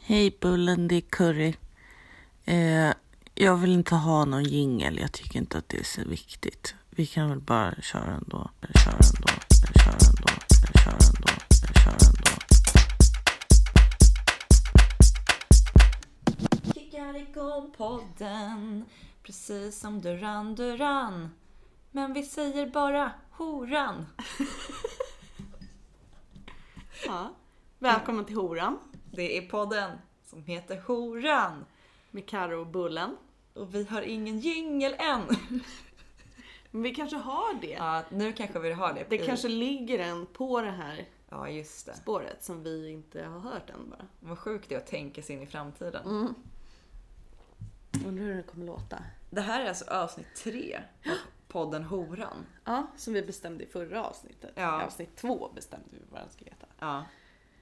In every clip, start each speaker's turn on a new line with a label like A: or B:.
A: Hej Bullen, det är Curry. Eh, jag vill inte ha någon jingel. Jag tycker inte att det är så viktigt. Vi kan väl bara köra ändå. Köra ändå. Köra ändå. Köra ändå. Köra ändå.
B: kickar igång podden precis som Duran Duran. Men vi säger bara horan.
C: Ja. Välkommen till Horan
B: Det är podden som heter Horan
C: med Karo och Bullen.
B: och vi har ingen jingel än.
C: Men vi kanske har det.
B: Ja, nu kanske vi har det.
C: Det
B: i-
C: kanske ligger en på det här
B: Ja, just det.
C: spåret som vi inte har hört än bara.
B: Vad sjukt det är att tänka sig in i framtiden.
C: Mm. Undrar hur den kommer låta.
B: Det här är alltså avsnitt tre av podden Horan.
C: Ja, som vi bestämde i förra avsnittet.
B: Ja.
C: I avsnitt två bestämde vi vad den ska heta.
B: Ja.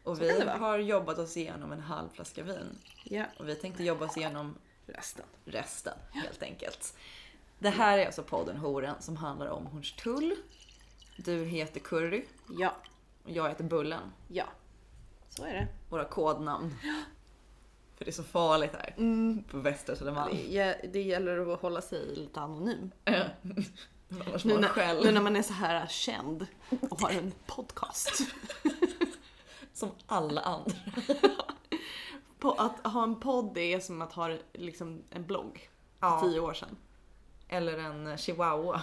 B: Och
C: kan
B: vi
C: det vara.
B: har jobbat oss igenom en halv flaska vin.
C: Ja,
B: Och vi tänkte jobba oss igenom
C: resten.
B: resten helt enkelt. Det här är alltså podden Horen som handlar om Hornstull. Du heter Curry
C: Ja,
B: och jag heter Bullen.
C: ja. Så är det.
B: Våra kodnamn. För det är så farligt här på Västra Södermalm.
C: Mm. det. Det gäller att hålla sig lite anonym.
B: Annars
C: Nu
B: mår man
C: när, nu
B: själv.
C: när man är så här känd och har en podcast.
B: Som alla andra.
C: På, att ha en podd det är som att ha liksom, en blogg för
B: Ja.
C: tio år sedan.
B: Eller en chihuahua.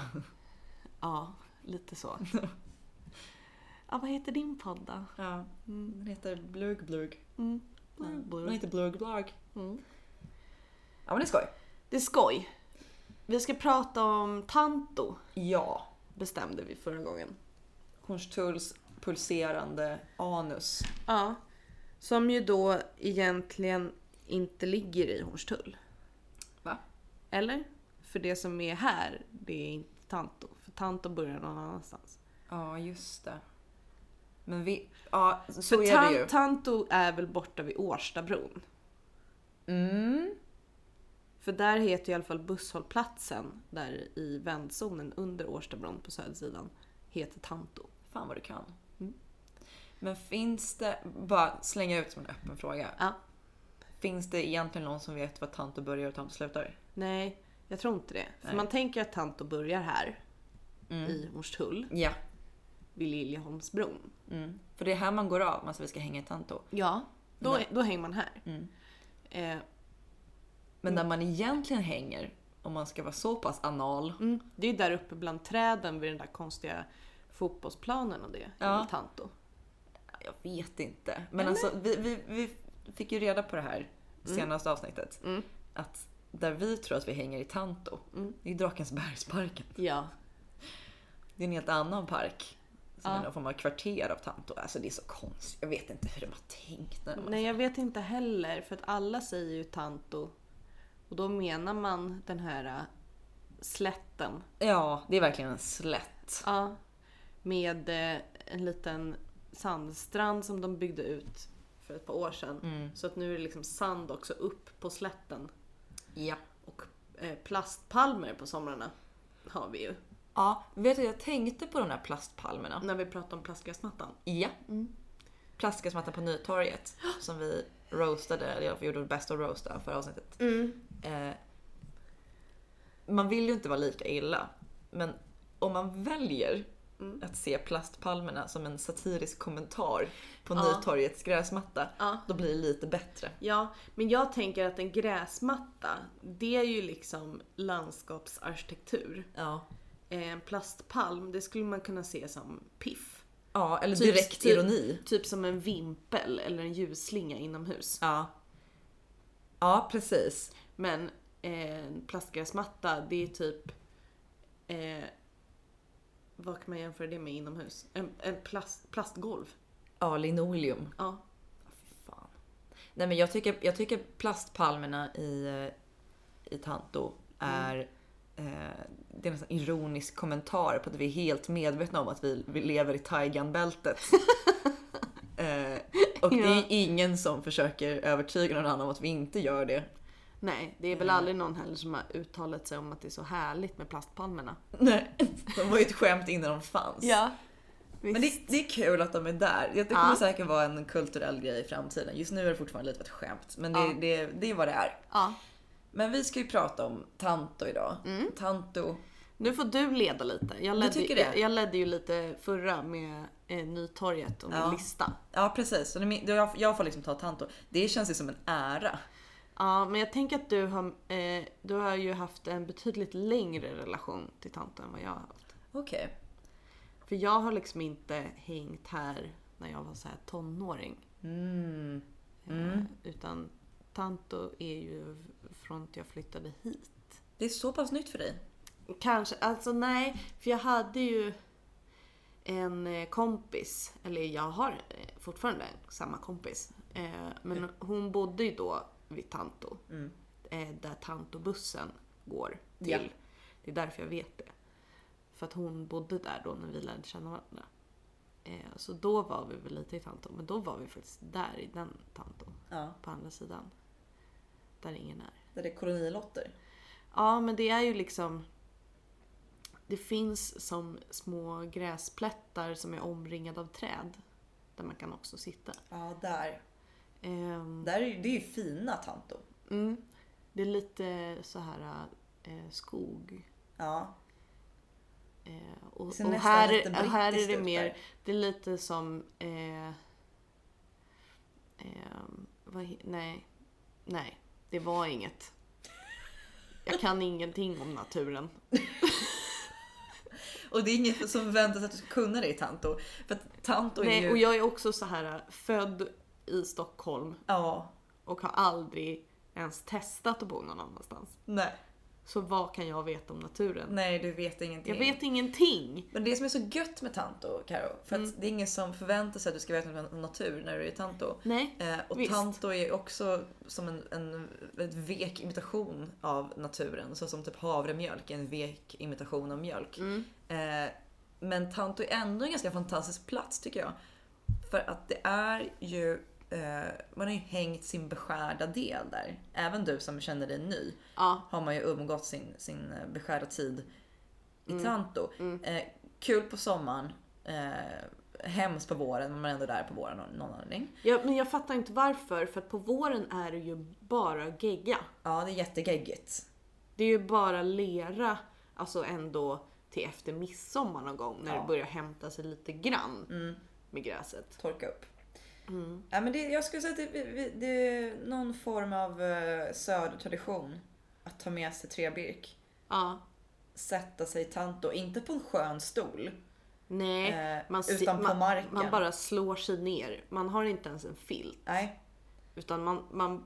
C: Ja, lite så. ja, vad heter din podd då?
B: Ja. Den heter Blug Blug.
C: Mm.
B: Nej,
C: Blue.
B: Den heter Blug Blug.
C: Mm.
B: Ja men det är skoj.
C: Det är skoj. Vi ska prata om Tanto,
B: Ja.
C: bestämde vi förra gången.
B: Hornstulls pulserande anus.
C: Ja. Som ju då egentligen inte ligger i Hornstull.
B: Va?
C: Eller? För det som är här, det är inte Tanto. För Tanto börjar någon annanstans.
B: Ja just det. Men vi... Ja så
C: för
B: är det ju.
C: Tanto är väl borta vid Årstabron?
B: Mm.
C: För där heter ju i alla fall busshållplatsen där i vändzonen under Årstabron på södersidan heter Tanto.
B: Fan vad du kan.
C: Mm.
B: Men finns det, bara slänga ut som en öppen fråga.
C: Ja.
B: Finns det egentligen någon som vet vad tanto börjar och tanto slutar?
C: Nej, jag tror inte det. För
B: Nej.
C: man tänker att Tanto börjar här
B: Mm.
C: i Hornstull
B: Ja.
C: vid Liljeholmsbron.
B: Mm. För det är här man går av, man ska, vi ska hänga i tanto.
C: Ja. Då,
B: Nej.
C: då hänger man här.
B: Mm.
C: Eh,
B: Men
C: Mm.
B: där man egentligen hänger, om man ska vara så pass anal.
C: mm, det är där uppe bland träden vid den där konstiga fotbollsplanen och det.
B: Ja.
C: Ja. Tanto.
B: Jag vet inte. Men alltså vi, vi, vi fick ju reda på det här senaste avsnittet.
C: Mm.
B: Att där vi tror att vi hänger i tanto,
C: Mm.
B: det är Drakensbergsparken.
C: Ja.
B: Det är en helt annan park. Som
C: Ja.
B: är någon form av kvarter av Tanto. Alltså det är så konstigt. Jag vet inte hur de har tänkt. När de har-
C: Nej, jag vet inte heller. För att alla säger ju Tanto. Och då menar man den här eh, slätten.
B: Ja, det är verkligen en slätt.
C: Ja. Med eh, en liten sandstrand som de byggde ut för ett par år sedan.
B: Mm.
C: Så att nu är det liksom sand också upp på slätten.
B: Ja.
C: Och eh, plastpalmer på somrarna har vi ju.
B: ja. Vet du, jag tänkte på de där plastpalmerna.
C: När vi pratade om plastgräsmattan.
B: Ja.
C: Mm.
B: Plastgräsmattan på Nytorget. Som vi roastade, eller jag gjorde vårt bästa att roasta förra avsnittet.
C: Mm.
B: Eh, man vill ju inte vara lika illa. Men om man väljer
C: Mm.
B: att se plastpalmerna som en satirisk kommentar på
C: Ja.
B: Nytorgets gräsmatta.
C: Ja.
B: Då blir det lite bättre.
C: Ja, men jag tänker att en gräsmatta, det är ju liksom landskapsarkitektur.
B: Ja.
C: eh, En plastpalm, det skulle man kunna se som piff.
B: Ja, eller
C: Typ-
B: direkt
C: typ-
B: ironi.
C: Typ som en vimpel eller en ljusslinga inomhus.
B: Ja. Ja, precis.
C: Men eh, en plastgräsmatta, det är typ... Eh, vad kan man jämföra det med inomhus? En, en plast, plastgolv.
B: Ja, linoleum.
C: Ja.
B: Fy Fan. Nej men jag tycker, jag tycker plastpalmerna i, eh, i Tanto är,
C: Mm.
B: eh, det är en sån ironisk kommentar på att vi är helt medvetna om att vi, vi lever i Taiganbältet. eh, och det är
C: Ja.
B: ingen som försöker övertyga någon annan om att vi inte gör det.
C: Nej, det är väl aldrig någon heller som har uttalat sig om att det är så härligt med plastpalmerna.
B: Nej, de var ju ett skämt innan de fanns. Men det, det är kul att de är där. Det kommer
C: Ja.
B: säkert vara en kulturell grej i framtiden. Just nu är det fortfarande lite ett skämt, men det,
C: Ja.
B: det, det är vad det är.
C: Ja.
B: Men vi ska ju prata om Tanto idag.
C: Mm.
B: Tanto.
C: Nu får du leda lite. Jag ledde,
B: tycker det?
C: Jag, jag ledde ju lite förra med eh, Nytorget och min
B: Ja.
C: lista.
B: Ja precis, så det är min- jag, jag får liksom ta Tanto. Det känns ju som en ära.
C: Ja, men jag tänker att du har, eh, du har ju haft en betydligt längre relation till tanten än vad jag har haft.
B: Okej.
C: För jag har liksom inte hängt här när jag var så här tonåring.
B: Mm.
C: Eh, utan Tanto är ju från att jag flyttade hit.
B: Det är så pass nytt för dig.
C: Kanske, alltså nej, för jag hade ju en eh, kompis, eller jag har eh, fortfarande samma kompis. Eh, Men hon bodde ju då vid Tanto.
B: Mm.
C: Eh, Där Tantobussen går till.
B: Ja.
C: Det är därför jag vet det. För att hon bodde där då när vi lärde känna varandra. Eh, Så då var vi väl lite i Tanto, men då var vi faktiskt där i den Tanto.
B: Ja.
C: På andra sidan. Där ingen är.
B: Där det är kolonilotter.
C: Ja, men det är ju liksom... Det finns som små gräsplättar som är omringade av träd. Där man kan också sitta.
B: Ja, där.
C: Ehm,
B: där är, ju- det är ju fina Tanto.
C: mm, det är lite så här eh, skog.
B: Ja.
C: Eh, och,
B: Det ser
C: och
B: nästan
C: här,
B: lite
C: och här är
B: brittiskt
C: det
B: ut
C: mer...
B: där.
C: Det är lite som... Eh, ehm, vad, he- nej. Nej, det var inget. Jag kan ingenting om naturen.
B: Och det är inget som väntas att du ska kunna det i Tanto. För att Tanto är
C: Nej,
B: ju...
C: och jag är också så här eh, född i Stockholm
B: Ja.
C: och har aldrig ens testat att bo någon annanstans.
B: Nej.
C: Så vad kan jag veta om naturen?
B: Nej, du vet ingenting.
C: Jag vet ingenting.
B: Men det som är så gött med Tanto, Karo, för att
C: Mm.
B: det är ingen som förväntar sig att du ska veta något om natur när du är i Tanto.
C: Nej.
B: Eh, och
C: Visst.
B: Tanto är också som en, en väldigt vek imitation av naturen. Så som typ havremjölk är en vek imitation av mjölk.
C: Mm.
B: Eh, men Tanto är ändå en ganska fantastisk plats tycker jag. För att det är ju, eh, man har ju hängt sin beskärda del där. Även du som känner dig ny
C: Ja,
B: har man ju umgått sin, sin eh, beskärda tid i
C: Mm.
B: Tanto. Eh, kul på sommaren, eh, hemskt på våren, men man är ändå där på våren av någon anledning.
C: jag, men jag fattar inte varför för att på våren är det ju bara gegga.
B: Ja, det är jättegeggigt.
C: Det är ju bara lera, alltså ändå till efter midsommar någon gång när
B: Ja. Mm.
C: det börjar hämta sig lite grann med gräset.
B: Torka upp. Ja, men det, jag skulle säga att det, vi- vi- det är någon form av eh, södertradition att ta med sig trebirk.
C: Ja.
B: Sätta sig i Tanto, inte på en skön stol.
C: Nej,
B: Eh,
C: man, si-
B: utan på
C: man,
B: marken.
C: man bara slår sig ner. Man har inte ens en filt.
B: Nej,
C: Utan man, man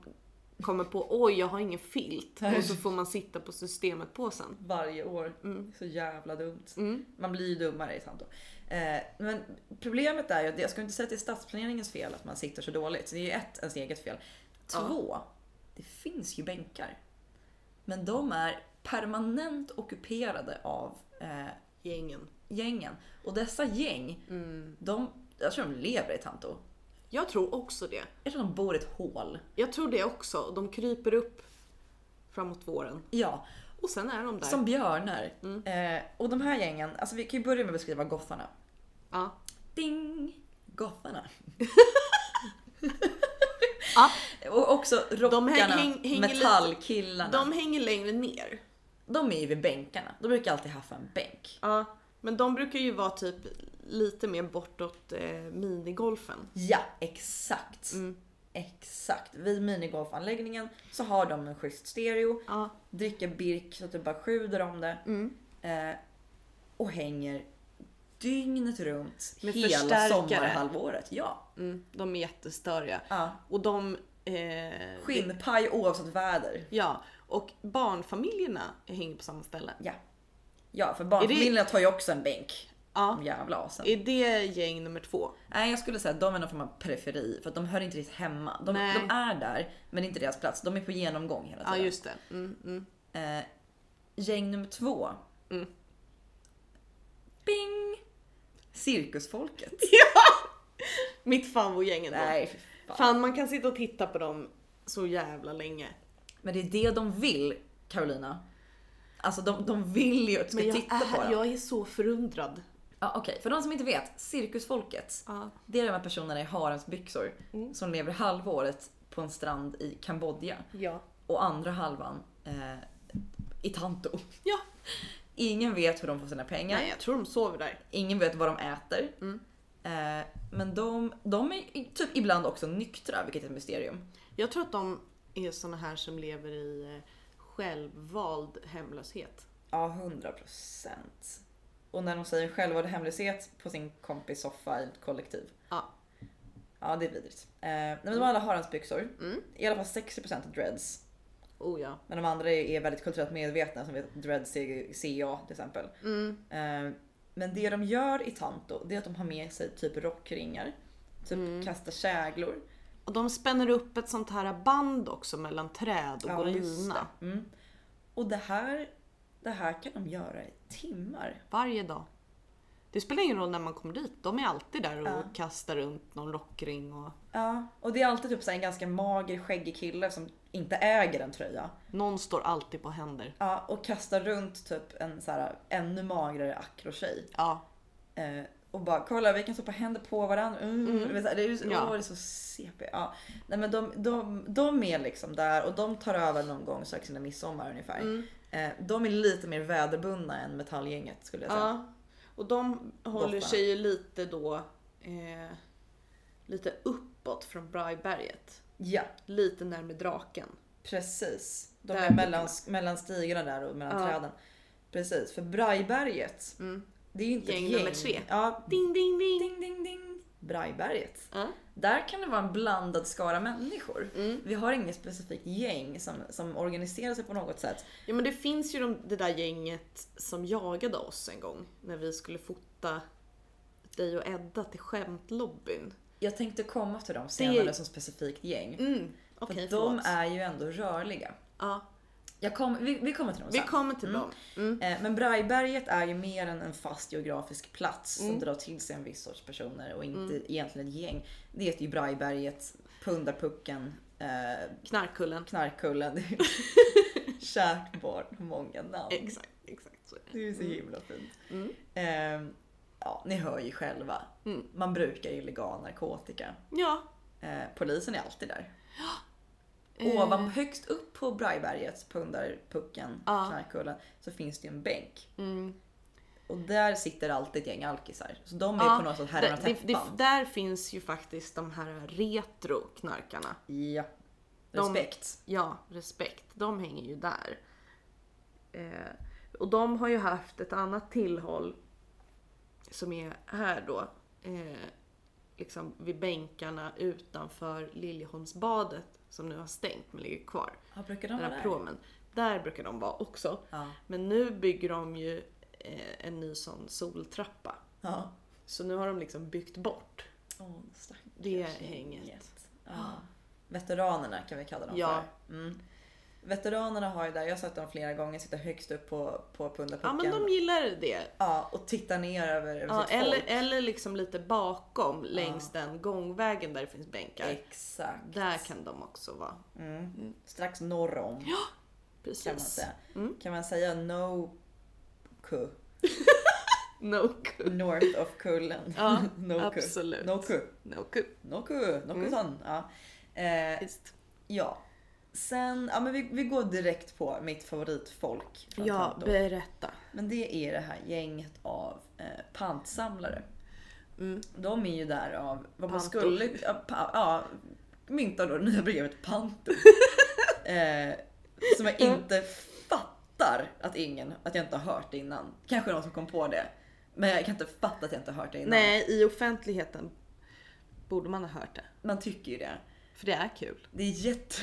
C: kommer på oj jag har ingen filt och så får man sitta på systemet på sen.
B: varje år. Så jävla dumt. Man blir ju dummare i Tanto. Eh, men problemet är ju att jag skulle inte säga att det är stadsplaneringens fel att man sitter så dåligt. Så det är ju ett, ens eget fel. Två, det finns ju bänkar. Men de är permanent ockuperade av eh,
C: Gängen.
B: gängen. Och dessa gäng, de, jag tror de lever i Tanto.
C: Jag tror också det.
B: Jag tror de bor i ett hål.
C: Jag tror det också. De kryper upp framåt våren.
B: Ja,
C: Och sen är de där.
B: som björnar. Eh, och de här gängen, alltså vi kan ju börja med att beskriva goffarna.
C: Ja.
B: Ding! Goffarna.
C: Ja.
B: Och också rockarna,
C: häng- hänger lite-
B: metallkillarna.
C: De hänger längre ner.
B: De är ju vid bänkarna. De brukar alltid haffa en bänk.
C: Ja. Men de brukar ju vara typ lite mer bortåt eh, minigolfen.
B: Ja, exakt.
C: Mm.
B: Exakt. Vid minigolfanläggningen så har de en schysst stereo,
C: Ja. Mm.
B: dricker birk så att det bara sjuder om det. Eh, och hänger dygnet runt
C: Med
B: hela
C: förstärkare.
B: sommarhalvåret. Ja.
C: Mm. De är jättestöriga.
B: ja.
C: Och de... Eh,
B: Skinnpaj oavsett väder.
C: ja. Och barnfamiljerna hänger på samma ställe.
B: Ja. Ja, för barnfamiljerna tar ju också en bänk.
C: Ja.
B: De jävla asen.
C: Är det gäng nummer två?
B: Nej jag skulle säga att de är någon form av periferi för att de hör inte riktigt hemma. De,
C: Nej.
B: de är där men det är inte deras plats. De är på genomgång hela
C: Ja
B: tiden.
C: just det. Mm, mm.
B: eh, gäng nummer två.
C: Mm.
B: Bing! Cirkusfolket.
C: Mitt favoritgäng ändå.
B: Nej fy fan.
C: Fan man kan sitta och titta på dem så jävla länge.
B: Men det är det de vill Carolina. Alltså de, de vill ju att du ska
C: Men jag
B: titta på
C: är,
B: dem.
C: jag är så förundrad
B: Ja, Okej, för de som inte vet. Cirkusfolket.
C: Ja.
B: Det är de här personerna i haremsbyxor
D: Mm.
B: som lever halva året på en strand i Kambodja
D: Ja.
B: och andra halvan eh, i Tanto.
C: Ja.
B: Ingen vet hur de får sina pengar.
C: Nej, jag tror de sover där.
B: Ingen vet vad de äter.
C: Mm.
B: Eh, men de, de är i- typ ibland också nyktra, vilket är ett mysterium.
C: Jag tror att de är såna här som lever i eh, självvald hemlöshet.
B: Ja, 100 procent. Och när de säger självvald hemlöshet på sin kompis soffa i ett kollektiv.
C: Ja.
B: Ja, det är vidrigt. Eh, nej, men de har alla haremsbyxor.
C: Mm.
B: I alla fall 60% är dreads.
C: Oh ja.
B: Men de andra är är väldigt kulturellt medvetna som vet att dreads är CA till exempel.
C: Mm.
B: Eh, Men det de gör i Tanto det är att de har med sig typ rockringar. Typ kastar käglor.
C: Och de spänner upp ett sånt här band också mellan träd och
B: Ja,
C: lina.
B: just det. Mm. Och det här, det här kan de göra i timmar.
C: Varje dag. Det spelar ingen roll när man kommer dit. De är alltid där och
B: Ja.
C: kastar runt någon rockring och
B: Ja, och det är alltid typ så här en ganska mager skäggig kille som inte äger en tröja.
C: någon står alltid på händer.
B: Ja, och kastar runt typ en så här ännu magrare akrotjej.
C: Ja,
B: Eh, och bara kolla vi kan stoppa händer på varandra. Mm.
C: Mm.
B: Du vet så här, Det, är ju så,
C: Ja.
B: åh, det är så CP. Ja. Nej, men de, de, de är liksom där och de tar över någon gång strax innan midsommar ungefär.
C: Mm.
B: Eh, de är lite mer väderbundna än metallgänget skulle jag säga.
C: ja. Och de håller
B: Goffa.
C: sig ju lite då eh, lite uppåt från Brajberget.
B: Ja,
C: Lite närmare draken.
B: precis. De
C: Där
B: är
C: brukar
B: mellan, mellan stigarna där och mellan
C: Ja.
B: träden. Precis, för Brajberget
C: Mm.
B: det är ju inte
C: Gäng
B: ett gäng.
C: nummer tre.
B: Ja,
C: Ding ding ding!
B: ding ding ding. Brajberget.
C: Ja.
B: Där kan det vara en blandad skara människor.
C: Mm.
B: Vi har inget specifikt gäng som, som organiserar sig på något sätt.
C: Ja men det finns ju de, det där gänget som jagade oss en gång när vi skulle fota dig och Edda till skämtlobbyn.
B: Jag tänkte komma till dem senare som specifikt gäng.
C: Mm. Okej,
B: för de
C: förlåt.
B: är ju ändå rörliga.
C: Ja,
B: Jag kom, vi, vi kommer till dem
C: vi
B: sen.
C: kommer till dem. Mm.
B: Eh, Men Brajberget är ju mer än en fast geografisk plats
C: Mm.
B: som drar till sig en viss sorts personer och inte egentligen ett gäng. Det heter ju Brajberget, Pundarpucken, eh,
C: Knarkkullen.
B: Knarkkullen. Det är ju Kärt barn har många namn.
C: Exakt, exakt. Så. är det.
B: Det är ju så himla fint.
C: Mm.
B: Ehm, ja, ni hör ju själva.
C: Mm.
B: Man brukar illegal narkotika.
C: Ja.
B: Eh, polisen är alltid där.
C: eh,
B: Ovan, högst upp på Brajberget, Pundarpucken,
C: Ja.
B: Knarkkullen, så finns det ju en bänk.
C: Mm.
B: Och där sitter alltid ett gäng alkisar. Så de är
C: Ja,
B: på något sätt herrarna
C: Där,
B: och
C: det, det,
B: täppan.
C: där finns ju faktiskt de här retro-knarkarna.
B: Ja.
C: De-
B: Respekt.
C: Ja, respekt. De hänger ju där. Eh, och de har ju haft ett annat tillhåll som är här då. Eh, liksom vid bänkarna utanför Liljeholmsbadet som nu har stängt men ligger kvar.
B: Ja, brukar de
C: Den
B: vara
C: här
B: där?
C: promen. Där brukar de vara också.
B: Ja.
C: Men nu bygger de ju eh, en ny sån soltrappa.
B: ja.
C: Så nu har de liksom byggt bort.
B: Åh, stackars
C: Det
B: gänget.
C: hänget. Ah.
B: Ja. Veteranerna kan vi kalla dem
C: Ja.
B: för. Mm. Veteranerna har ju där, jag har sett dem flera gånger sitta högst upp på, på pundapucken.
C: Ja men de gillar det.
B: Ja, och titta ner över, över
C: Ja,
B: sitt
C: eller,
B: folk.
C: eller liksom lite bakom längs den gångvägen där det finns bänkar.
B: Exakt.
C: Där kan de också vara.
B: Mm. Strax norr om
C: Precis.
B: kan man säga.
C: Mm.
B: Kan man säga no ku?
C: No good.
B: North of kullen.
C: Ja,
B: no ku.
C: absolut. Mm.
B: No ku.
C: No good.
B: No ku. No ku sån. Ja. Eh,
C: Visst.
B: ja. Sen, ja men vi, vi går direkt på mitt favoritfolk. från
C: Ja,
B: Tanto.
C: berätta.
B: Men det är det här gänget av eh, pantsamlare.
C: Mm.
B: De är ju där av vad man
C: Panto.
B: skulle... Ja, pa, ja, myntar då det nya begreppet panto. eh, som jag inte fattar att ingen, att jag inte har hört det innan. Kanske någon som kom på det. Men jag kan inte fatta att jag inte har hört det innan.
C: Nej, i offentligheten borde man ha hört det.
B: Man tycker ju det.
C: För det är kul.
B: Det är jätte...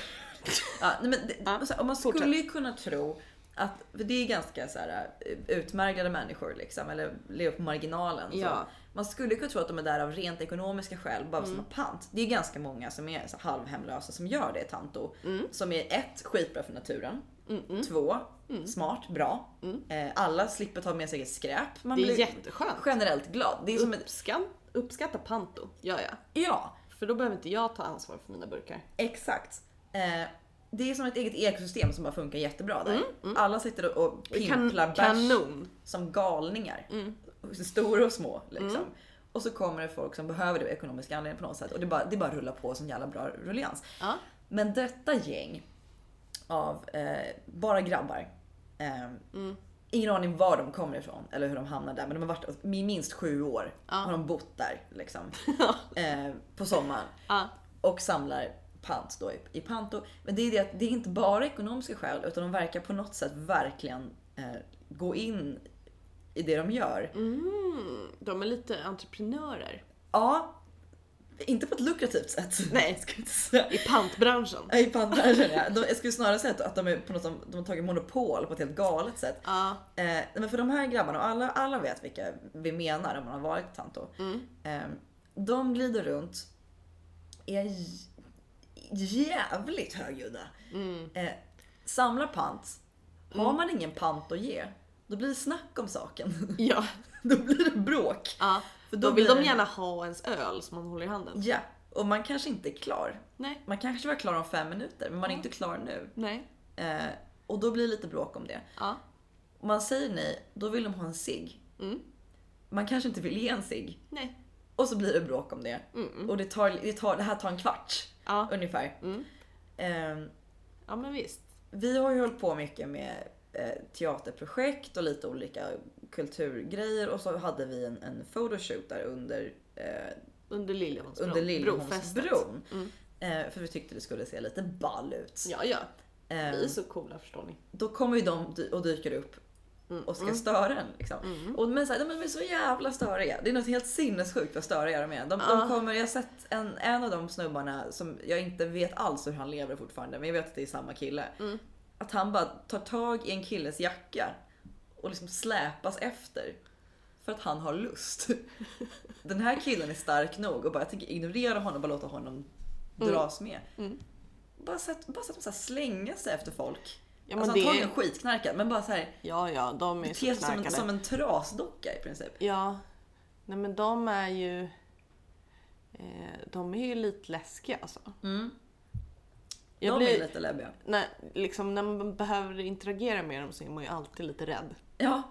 B: ja, nej, men det,
C: Ja,
B: så här, om man
C: fortsätt.
B: skulle ju kunna tro att, för det är ganska så här, utmärglade människor liksom, eller lever på marginalen. Så.
C: Ja. Mm.
B: Man skulle kunna tro att de är där av rent ekonomiska skäl, bara som har pant. Det är ganska många som är så halvhemlösa som gör det i Tanto.
C: Mm.
B: Som är ett, skitbra för naturen. Två,
C: Mm.
B: smart, bra. Eh, alla slipper ta med sig skräp. Man
C: Det är
B: blir
C: jätteskönt.
B: generellt glad. Det är som en,
C: Uppskan, uppskatta panto, gör jag.
B: ja,
C: För då behöver inte jag ta ansvar för mina burkar.
B: Exakt. Eh, det är som ett eget ekosystem som bara funkar jättebra där. Alla sitter och
C: Mm, Kan,
B: pimplar bärs
C: kanon. Mm.
B: som galningar. stora och små. Liksom. Och så kommer det folk som behöver det av ekonomiska anledningar på något sätt. Och det bara, det bara rullar på som jävla bra rullians.
C: Ja.
B: Men detta gäng av eh, bara grabbar. Eh,
C: Mm.
B: Ingen aning var de kommer ifrån eller hur de hamnar där. Men de har varit i minst sju år. Har de bott där liksom. eh, på sommaren.
C: Ja.
B: Och samlar pant då i, i panto. Men det är, det, att det är inte bara ekonomiska skäl utan de verkar på något sätt verkligen eh, gå in i det de gör.
C: Mm, de är lite entreprenörer.
B: Ja, inte på ett lukrativt sätt. Nej, ska jag inte säga.
C: I pantbranschen.
B: I pantbranschen ja. De, jag skulle snarare säga att- att de, är på något, som- de har tagit monopol på ett helt galet sätt.
C: Ja.
B: Eh, men för de här grabbarna, och alla, alla vet vilka vi menar om man har varit i Tanto.
C: Mm.
B: Eh, de glider runt, är j- jävligt högljudda.
C: Mm.
B: Eh, samlar pant. Har man ingen pant att ge, då blir det snack om saken.
C: Ja.
B: då blir det bråk.
C: ja.
B: För
C: Då vill
B: blir
C: de
B: det-
C: gärna ha ens öl som man håller i handen.
B: Ja, och man kanske inte är klar.
C: Nej.
B: Man kanske var klar om fem minuter, men man
C: Mm.
B: är inte klar nu.
C: Nej.
B: Eh, och då blir det lite bråk om det.
C: Ja.
B: Om man säger nej, då vill de ha en cigg.
C: Mm.
B: Man kanske inte vill ge en cigg.
C: Nej.
B: Och så blir det bråk om det.
C: Mm,
B: Och det, tar, det, tar, det här tar en kvart
C: Ja.
B: ungefär.
C: Mm.
B: Eh,
C: Ja men visst.
B: vi har ju hållit på mycket med eh, teaterprojekt och lite olika kulturgrejer och så hade vi en, en photoshoot där under eh,
C: Under Liljeholmsbron.
B: under
C: Brofästet. Mm.
B: Liljeholmsbron. Eh, för vi tyckte det skulle se lite ball ut.
C: Ja ja.
B: Eh,
C: Vi är så coola förstår ni.
B: då kommer ju de dy- och dyker upp och ska störa en. Liksom. Och, men så här, de är så jävla störiga. Det är något helt sinnessjukt vad störiga de är. De, de kommer, jag har sett en, en av de snubbarna som jag inte vet alls hur han lever fortfarande, men jag vet att det är samma kille. Att han bara tar tag i en killes jacka och liksom släpas efter. För att han har lust. Den här killen är stark nog och bara jag tänker ignorera honom och bara låta honom dras med. Bara så att, bara så att de så här slänga sig efter folk.
C: Ja, men
B: alltså
C: det-
B: antagligen skitknarkad men bara så här
C: Ja ja, de är
B: bete sig
C: så
B: som, en-
C: knarkade.
B: som en trasdocka i princip.
C: Ja. Nej men de är ju... Eh, de är ju lite läskiga alltså. Jag
B: de
C: blir,
B: är lite läbbiga.
C: när, liksom, när man behöver interagera med dem så är man ju alltid lite rädd.
B: Ja.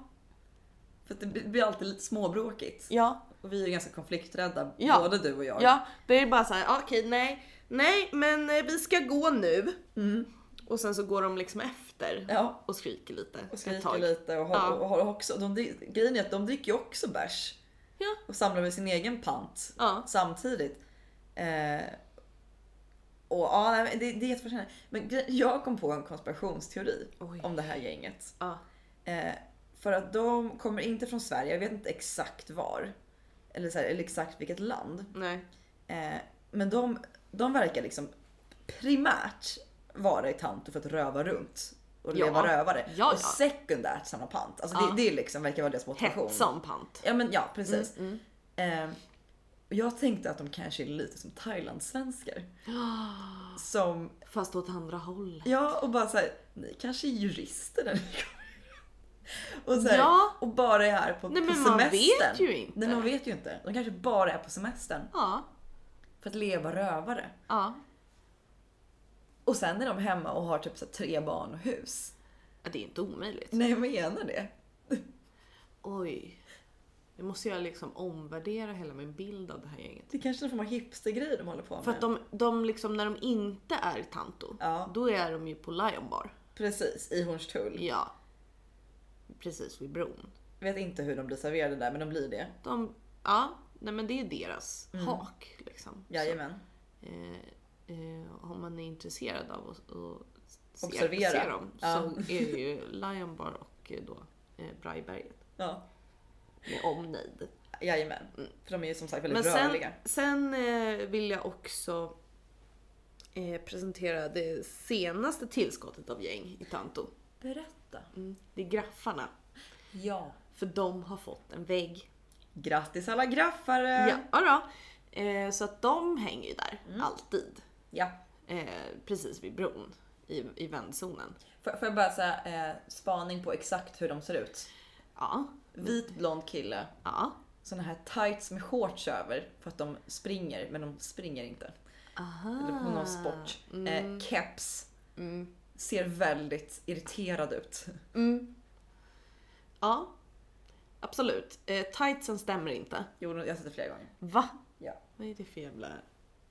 B: För att det blir alltid lite småbråkigt.
C: Ja,
B: Och vi är ju ganska konflikträdda
C: Ja.
B: både du och jag.
C: ja det är bara så här, okej nej, nej men eh, vi ska gå nu.
B: Mm.
C: Och sen så går de liksom efter
B: Ja.
C: och skriker lite.
B: Och
C: ett
B: skriker
C: tag.
B: lite och har,
C: Ja.
B: och har också, de, dri- grejen är att de dricker ju också bärs.
C: Ja.
B: och samlar med sin egen pant
C: Ja.
B: samtidigt. Eh, och ja, nej, men det, det är jättefascinerande. Men gre- jag kom på en konspirationsteori
C: Oj.
B: om det här gänget.
C: Ja.
B: Eh, för att de kommer inte från Sverige, jag vet inte exakt var. Eller, så här, eller exakt vilket land.
C: Nej.
B: Eh, men de, de verkar liksom primärt vara i Tanto för att röva runt. Och
C: Ja.
B: leva rövare.
C: Ja, ja.
B: Och sekundärt samla pant. Alltså
C: Ja.
B: det, det liksom verkar vara deras motivation.
C: Hett Mm, som pant.
B: Ja men ja, precis. Eh, och jag tänkte att de kanske är lite som thailandssvenskar. Som,
C: Fast åt andra hållet.
B: ja och bara såhär, ni kanske är jurister när ni kommer. Och, så här,
C: Ja.
B: och bara är här på,
C: Nej,
B: på
C: men man
B: semestern.
C: vet ju inte.
B: Nej man vet ju inte. De kanske bara är på semestern
C: Ja.
B: för att leva rövare.
C: Ja.
B: Och sen är de hemma och har typ så här tre barn och hus.
C: Ja, Det är inte omöjligt.
B: Nej jag menar det.
C: Oj. Nu måste jag liksom omvärdera hela min bild av det här gänget.
B: Det är kanske är någon form av hipstergrej de håller på med.
C: För att de, de liksom, när de inte är i Tanto,
B: Ja. Mm.
C: då är de ju på Lion Bar.
B: Precis, i Hornstull.
C: Ja. Precis vid bron.
B: Vet inte hur de blir serverade där men de blir det.
C: De, ja, nej men det är deras
B: Mm.
C: hak liksom.
B: Jajamän.
C: Eh, eh, om man är intresserad av att och se,
B: Observera.
C: se dem
B: Ja.
C: så är det ju Lion Bar och eh, då eh, Braiberget
B: Ja.
C: med omnejd.
B: Jajamän. För de är ju som sagt
C: Men
B: väldigt
C: sen,
B: rörliga.
C: sen eh, vill jag också eh, presentera det senaste tillskottet av gäng i Tanto.
B: Berätta.
C: Mm. Det är graffarna.
B: Ja.
C: För de har fått en vägg.
B: Grattis alla graffare!
C: Ja, ja då. Eh, så att de hänger ju där,
B: Mm.
C: alltid.
B: ja.
C: Eh, precis vid bron, i, i vändzonen.
B: Får, får jag bara säga eh, spaning på exakt hur de ser ut.
C: Ja,
B: Vit blond kille.
C: ja.
B: Såna här tights med shorts över för att de springer men de springer inte. Eller på någon sport.
C: Mm.
B: Eh, keps. Ser väldigt irriterad ut.
C: Ja. absolut. Eh, tightsen stämmer inte.
B: Jo, jag har sett det flera gånger.
C: Va?
B: Ja.
C: Vad är det för jävla...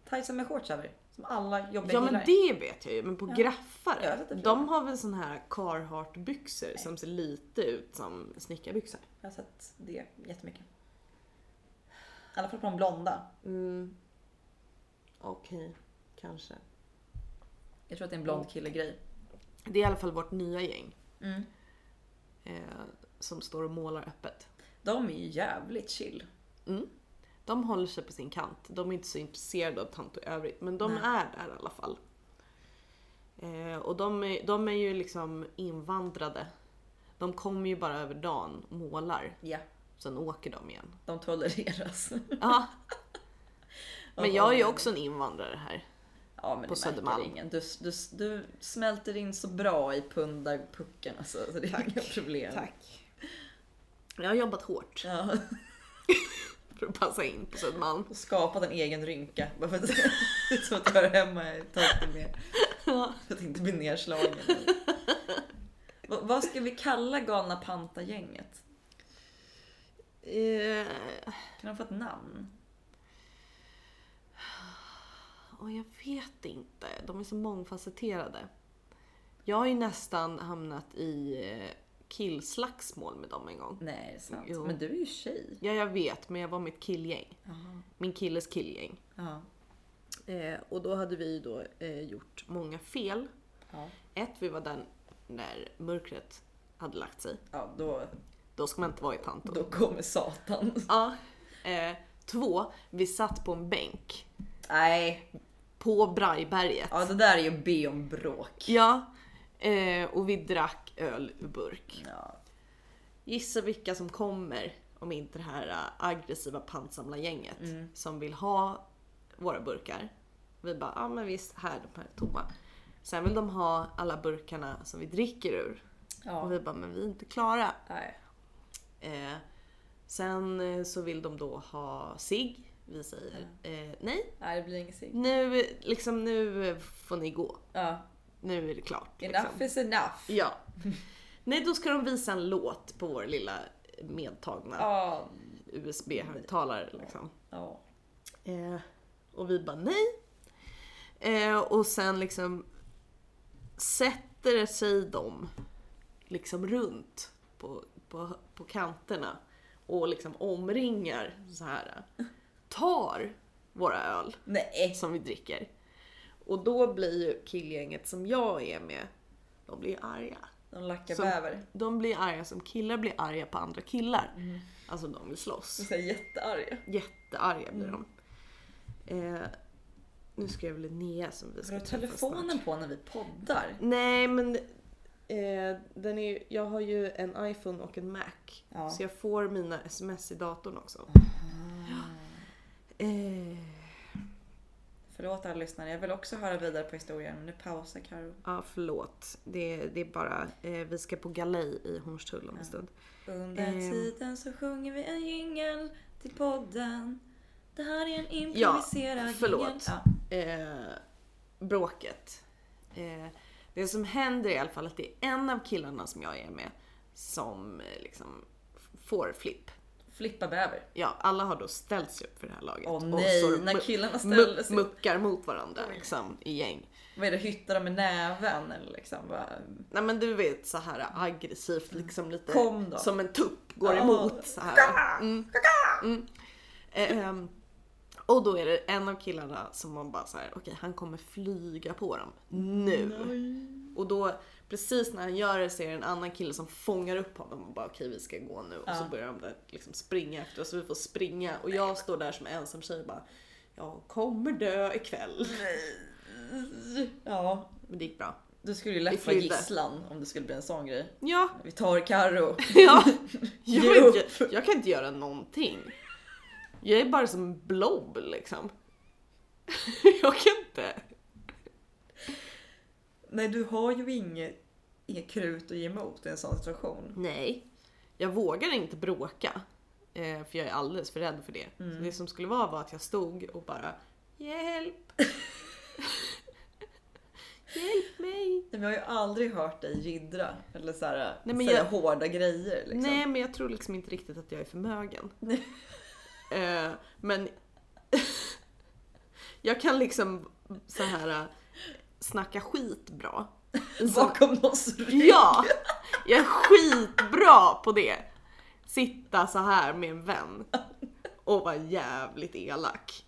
B: Tightsen med shorts över. Som alla jobbiga
C: Ja men
B: killar.
C: det vet jag ju, men på
B: Ja. Ja, jag
C: graffare.
B: har sett det flera
C: de har väl sån här Carhartt byxor som ser lite ut som snickarbyxor.
B: Jag har sett det jättemycket. I alla fall på de blonda.
C: Mm. Okej, kanske.
B: Jag tror att det är en blond kille-grej.
C: Det är i alla fall vårt nya gäng
B: Mm.
C: eh, som står och målar öppet.
B: De är ju jävligt chill.
C: De håller sig på sin kant. De är inte så intresserade av tanto i övrigt, men de
B: Nej.
C: är där i alla fall. Eh, och de är, de är ju liksom invandrade. De kommer ju bara över dagen och målar,
B: Ja,
C: sen åker de igen.
B: de tolereras.
C: Ja, men jag är ju också en invandrare här.
B: ja, men
C: på
B: det märker
C: Södermalm.
B: Ingen. Du, du, du smälter in så bra i pundarpucken alltså, så det är inga problem.
C: Tack. Jag har jobbat hårt
B: Ja,
C: för att passa in på Södermalm.
B: och skapat en egen rynka. Bara för att det är som att jag hör hemma i tanten med. För att inte bli nedslagen. Vad- Vad ska vi kalla galna panta-gänget?
C: Eh,
B: Kan de få ett namn?
C: och jag vet inte, de är så mångfacetterade. Jag har ju nästan hamnat i eh, killslagsmål med dem en gång.
B: Nej, det är sant.
C: Jo.
B: Men du är ju tjej.
C: Ja, jag vet, men jag var mitt killgäng.
B: Jaha.
C: Min killes killgäng.
B: Ja.
C: Eh, och då hade vi då eh, gjort många fel.
B: Ja.
C: Ett, vi var där när mörkret hade lagt sig.
B: ja, då,
C: Då ska man inte vara i Tanto.
B: då kommer satan.
C: Ja. Eh, två, vi satt på en bänk
B: Nej,
C: på Brajberget.
B: ja, det där är ju att be om bråk.
C: Ja. Eh, och vi drack öl ur burk.
B: Ja.
C: Gissa vilka som kommer om inte det här eh, aggressiva pantsamlargänget
B: Mm.
C: som vill ha våra burkar. Vi bara, ja ah, men visst, här, de här är tomma. Sen vill de ha alla burkarna som vi dricker ur. Och
B: Ja.
C: vi bara, men vi är inte klara.
B: Nej.
C: Eh, sen eh, så vill de då ha sig. Vi säger
B: Mm.
C: eh, nej,
B: Nej, det blir inget sig.
C: nu, liksom, nu får ni gå.
B: Ja.
C: Nu är det klart.
B: Enough
C: Liksom.
B: is enough.
C: Ja. Nej, då ska de visa en låt på vår lilla medtagna
B: Ja.
C: USB-högtalare. Liksom.
B: ja.
C: Eh, och vi bara nej. Eh, och sen liksom sätter sig de liksom runt på, på, på kanterna och liksom omringar så här. Tar våra öl
B: Nej.
C: som vi dricker. Och då blir ju killgänget som jag är med, de blir arga.
B: De lackar
C: Som-
B: bäver.
C: De blir arga som killar blir arga på andra killar. Alltså de vill slåss.
B: De är så här jättearga.
C: Jättearga
B: Mm.
C: blir de. Eh, nu skrev Linnea som vi
B: Har
C: ska
B: du
C: träffa snart.
B: telefonen på när vi poddar?
C: Nej men eh, den är, ju- jag har ju en iPhone och en Mac.
B: Ja.
C: Så jag får mina sms i datorn också. Ja. Eh,
B: Förlåt alla lyssnare, jag vill också höra vidare på historien. Men nu pausar Karo.
C: ja förlåt. Det, det är bara, eh, vi ska på galej i Hornstull om en stund.
B: Under
C: Ehm.
B: tiden så sjunger vi en jingel till podden. Det här är en
C: Ja,
B: improviserad
C: förlåt.
B: jingel.
C: eh, bråket. Eh, det som händer är i alla fall att det är en av killarna som jag är med som eh, liksom f- får flipp.
B: Flippa bäver.
C: Ja, alla har då ställt sig upp för det här laget.
B: Åh
C: och så
B: nej, när
C: mu-
B: killarna
C: mu-
B: ställer sig.
C: muckar mot varandra liksom, i gäng.
B: Vad är det, hyttar de med näven eller liksom? Bara,
C: Nej men du vet så här aggressivt liksom lite
B: Mm. Kom då.
C: som en tupp går
B: Ja.
C: emot så här. Mm. Mm. Eh, ehm, och då är det en av killarna som man bara så här, okej han kommer flyga på dem nu. Och då precis när han gör det så är det en annan kille som fångar upp honom och bara okej vi ska gå nu. Och så
B: Ja.
C: börjar de där liksom springa efter oss och vi får springa och jag står där som ensam tjej och bara jag kommer dö ikväll.
B: ja,
C: Men det gick bra.
B: du skulle ju
C: Vi
B: lätt vara
C: flydde.
B: gisslan om det skulle bli en sån grej.
C: Ja,
B: Vi tar Karo.
C: Ja, jag,
B: Ge
C: vet
B: upp.
C: inte- jag kan inte göra någonting. Jag är bara som en blob liksom. Jag kan inte.
B: Nej, du har ju inget, inget krut att ge emot i en sån situation.
C: Nej. Jag vågar inte bråka. eh, För jag är alldeles för rädd för det.
B: Mm.
C: Så det som skulle vara var att jag stod och bara Hjälp! Hjälp mig!
B: Nej, Men jag har ju aldrig hört dig jiddra eller så här,
C: Nej, men
B: säga
C: jag-
B: hårda grejer. Liksom.
C: Nej, men jag tror liksom inte riktigt att jag är förmögen. eh, men jag kan liksom så här eh, snacka skit bra. Så,
B: Bakom någons rygg.
C: ja! Jag är skitbra på det. Sitta så här med en vän och vara jävligt elak.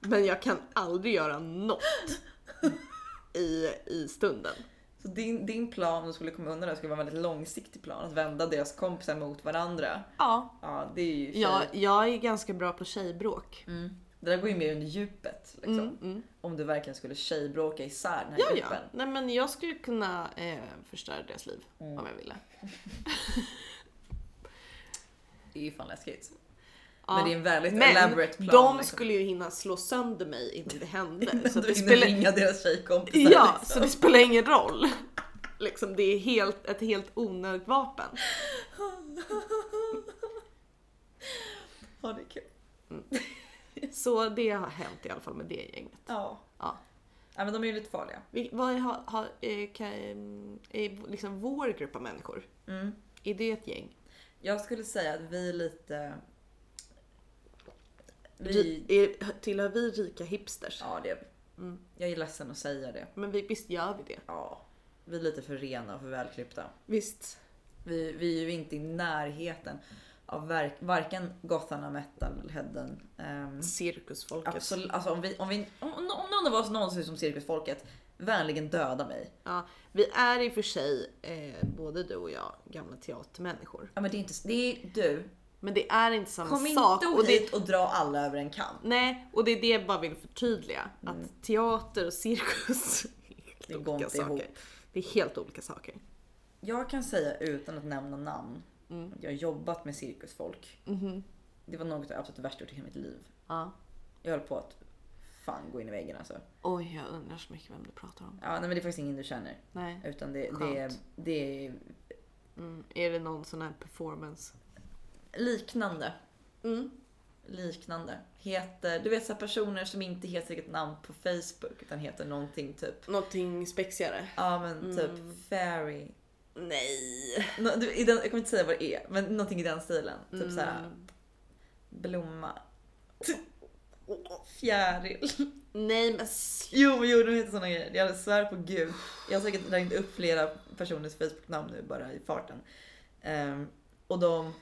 C: Men jag kan aldrig göra något i, i stunden.
B: Så din, din plan om du skulle komma undan det här skulle vara en väldigt långsiktig plan. Att vända deras kompisar mot varandra.
C: Ja,
B: Ja, det är ju tjej-
C: jag, jag är ganska bra på tjejbråk.
B: Mm. Det där går ju mer under djupet. Liksom.
C: Mm, mm.
B: Om du verkligen skulle tjejbråka isär den här
C: Ja, ja.
B: gruppen.
C: Nej, men jag skulle kunna eh, förstöra deras liv
B: Mm.
C: om jag ville.
B: Det är ju fan läskigt.
C: Ja.
B: Men det är en väldigt
C: Men
B: elaborate plan.
C: de
B: liksom.
C: skulle ju hinna slå sönder mig innan det hände. så
B: Så
C: att
B: du
C: det
B: hinner
C: spelar...
B: ringa deras tjejkompisar.
C: Ja,
B: liksom.
C: så det spelar ingen roll. Liksom, det är helt, ett helt onödigt vapen.
B: Ja, det är kul.
C: Så det har hänt i alla fall med det gänget.
B: Ja.
C: Ja.
B: ja, men de är ju lite farliga.
C: Vi, vad har, har, eh, kan, är liksom vår grupp av människor,
B: Mm.
C: är det ett gäng?
B: Jag skulle säga att vi är lite...
C: Ri,
B: Vi...
C: är, tillhör vi rika hipsters?
B: Ja, det är vi.
C: Mm.
B: Jag är ledsen att säga det.
C: Men vi, visst gör vi det?
B: Ja. Vi är lite för rena och för välklippta.
C: Visst.
B: Vi, vi är ju inte i närheten av verk, varken gotharna, metalheaden. Um,
C: Cirkusfolket.
B: absolut, alltså om, vi, om, vi, om, om någon av oss någonsin är som cirkusfolket, vänligen döda mig.
C: Ja, vi är i och för sig, eh, både du och jag, gamla teatermänniskor.
B: Ja, men det är inte... Det är du.
C: Men det är inte samma
B: Kom
C: sak.
B: inte
C: och det,
B: hit och dra alla över en kam.
C: nej, och det är det jag bara vill förtydliga. Att teater och cirkus
B: Det
C: är helt
B: går
C: olika
B: inte ihop.
C: saker. Det är helt olika saker.
B: Jag kan säga utan att nämna namn
C: Mm.
B: att jag har jobbat med cirkusfolk.
C: Mm-hmm.
B: Det var något av det absolut värsta jag gjort i hela mitt liv.
C: Ja.
B: Jag höll på att fan gå in i väggen alltså.
C: Oj, jag undrar så mycket vem du pratar om.
B: Ja, nej, men det är faktiskt ingen du känner.
C: Nej.
B: Utan det, det,
C: Skönt.
B: det är
C: Mm. Är det någon sån här performance?
B: liknande.
C: Mm.
B: Liknande. Heter, du vet så här personer som inte heter sitt namn på Facebook utan heter någonting typ.
C: Någonting spexigare?
B: Ja men
C: Mm.
B: typ fairy.
C: Nej.
B: Nå, du, i den, jag kommer inte säga vad det är men någonting i den stilen. Typ så här
C: Mm.
B: blomma. Fjäril.
C: Nej men sl-
B: Jo, jo, de heter såna grejer. Jag svär på gud. Jag har säkert ringt upp flera personers Facebook-namn nu bara i farten. Ehm, och de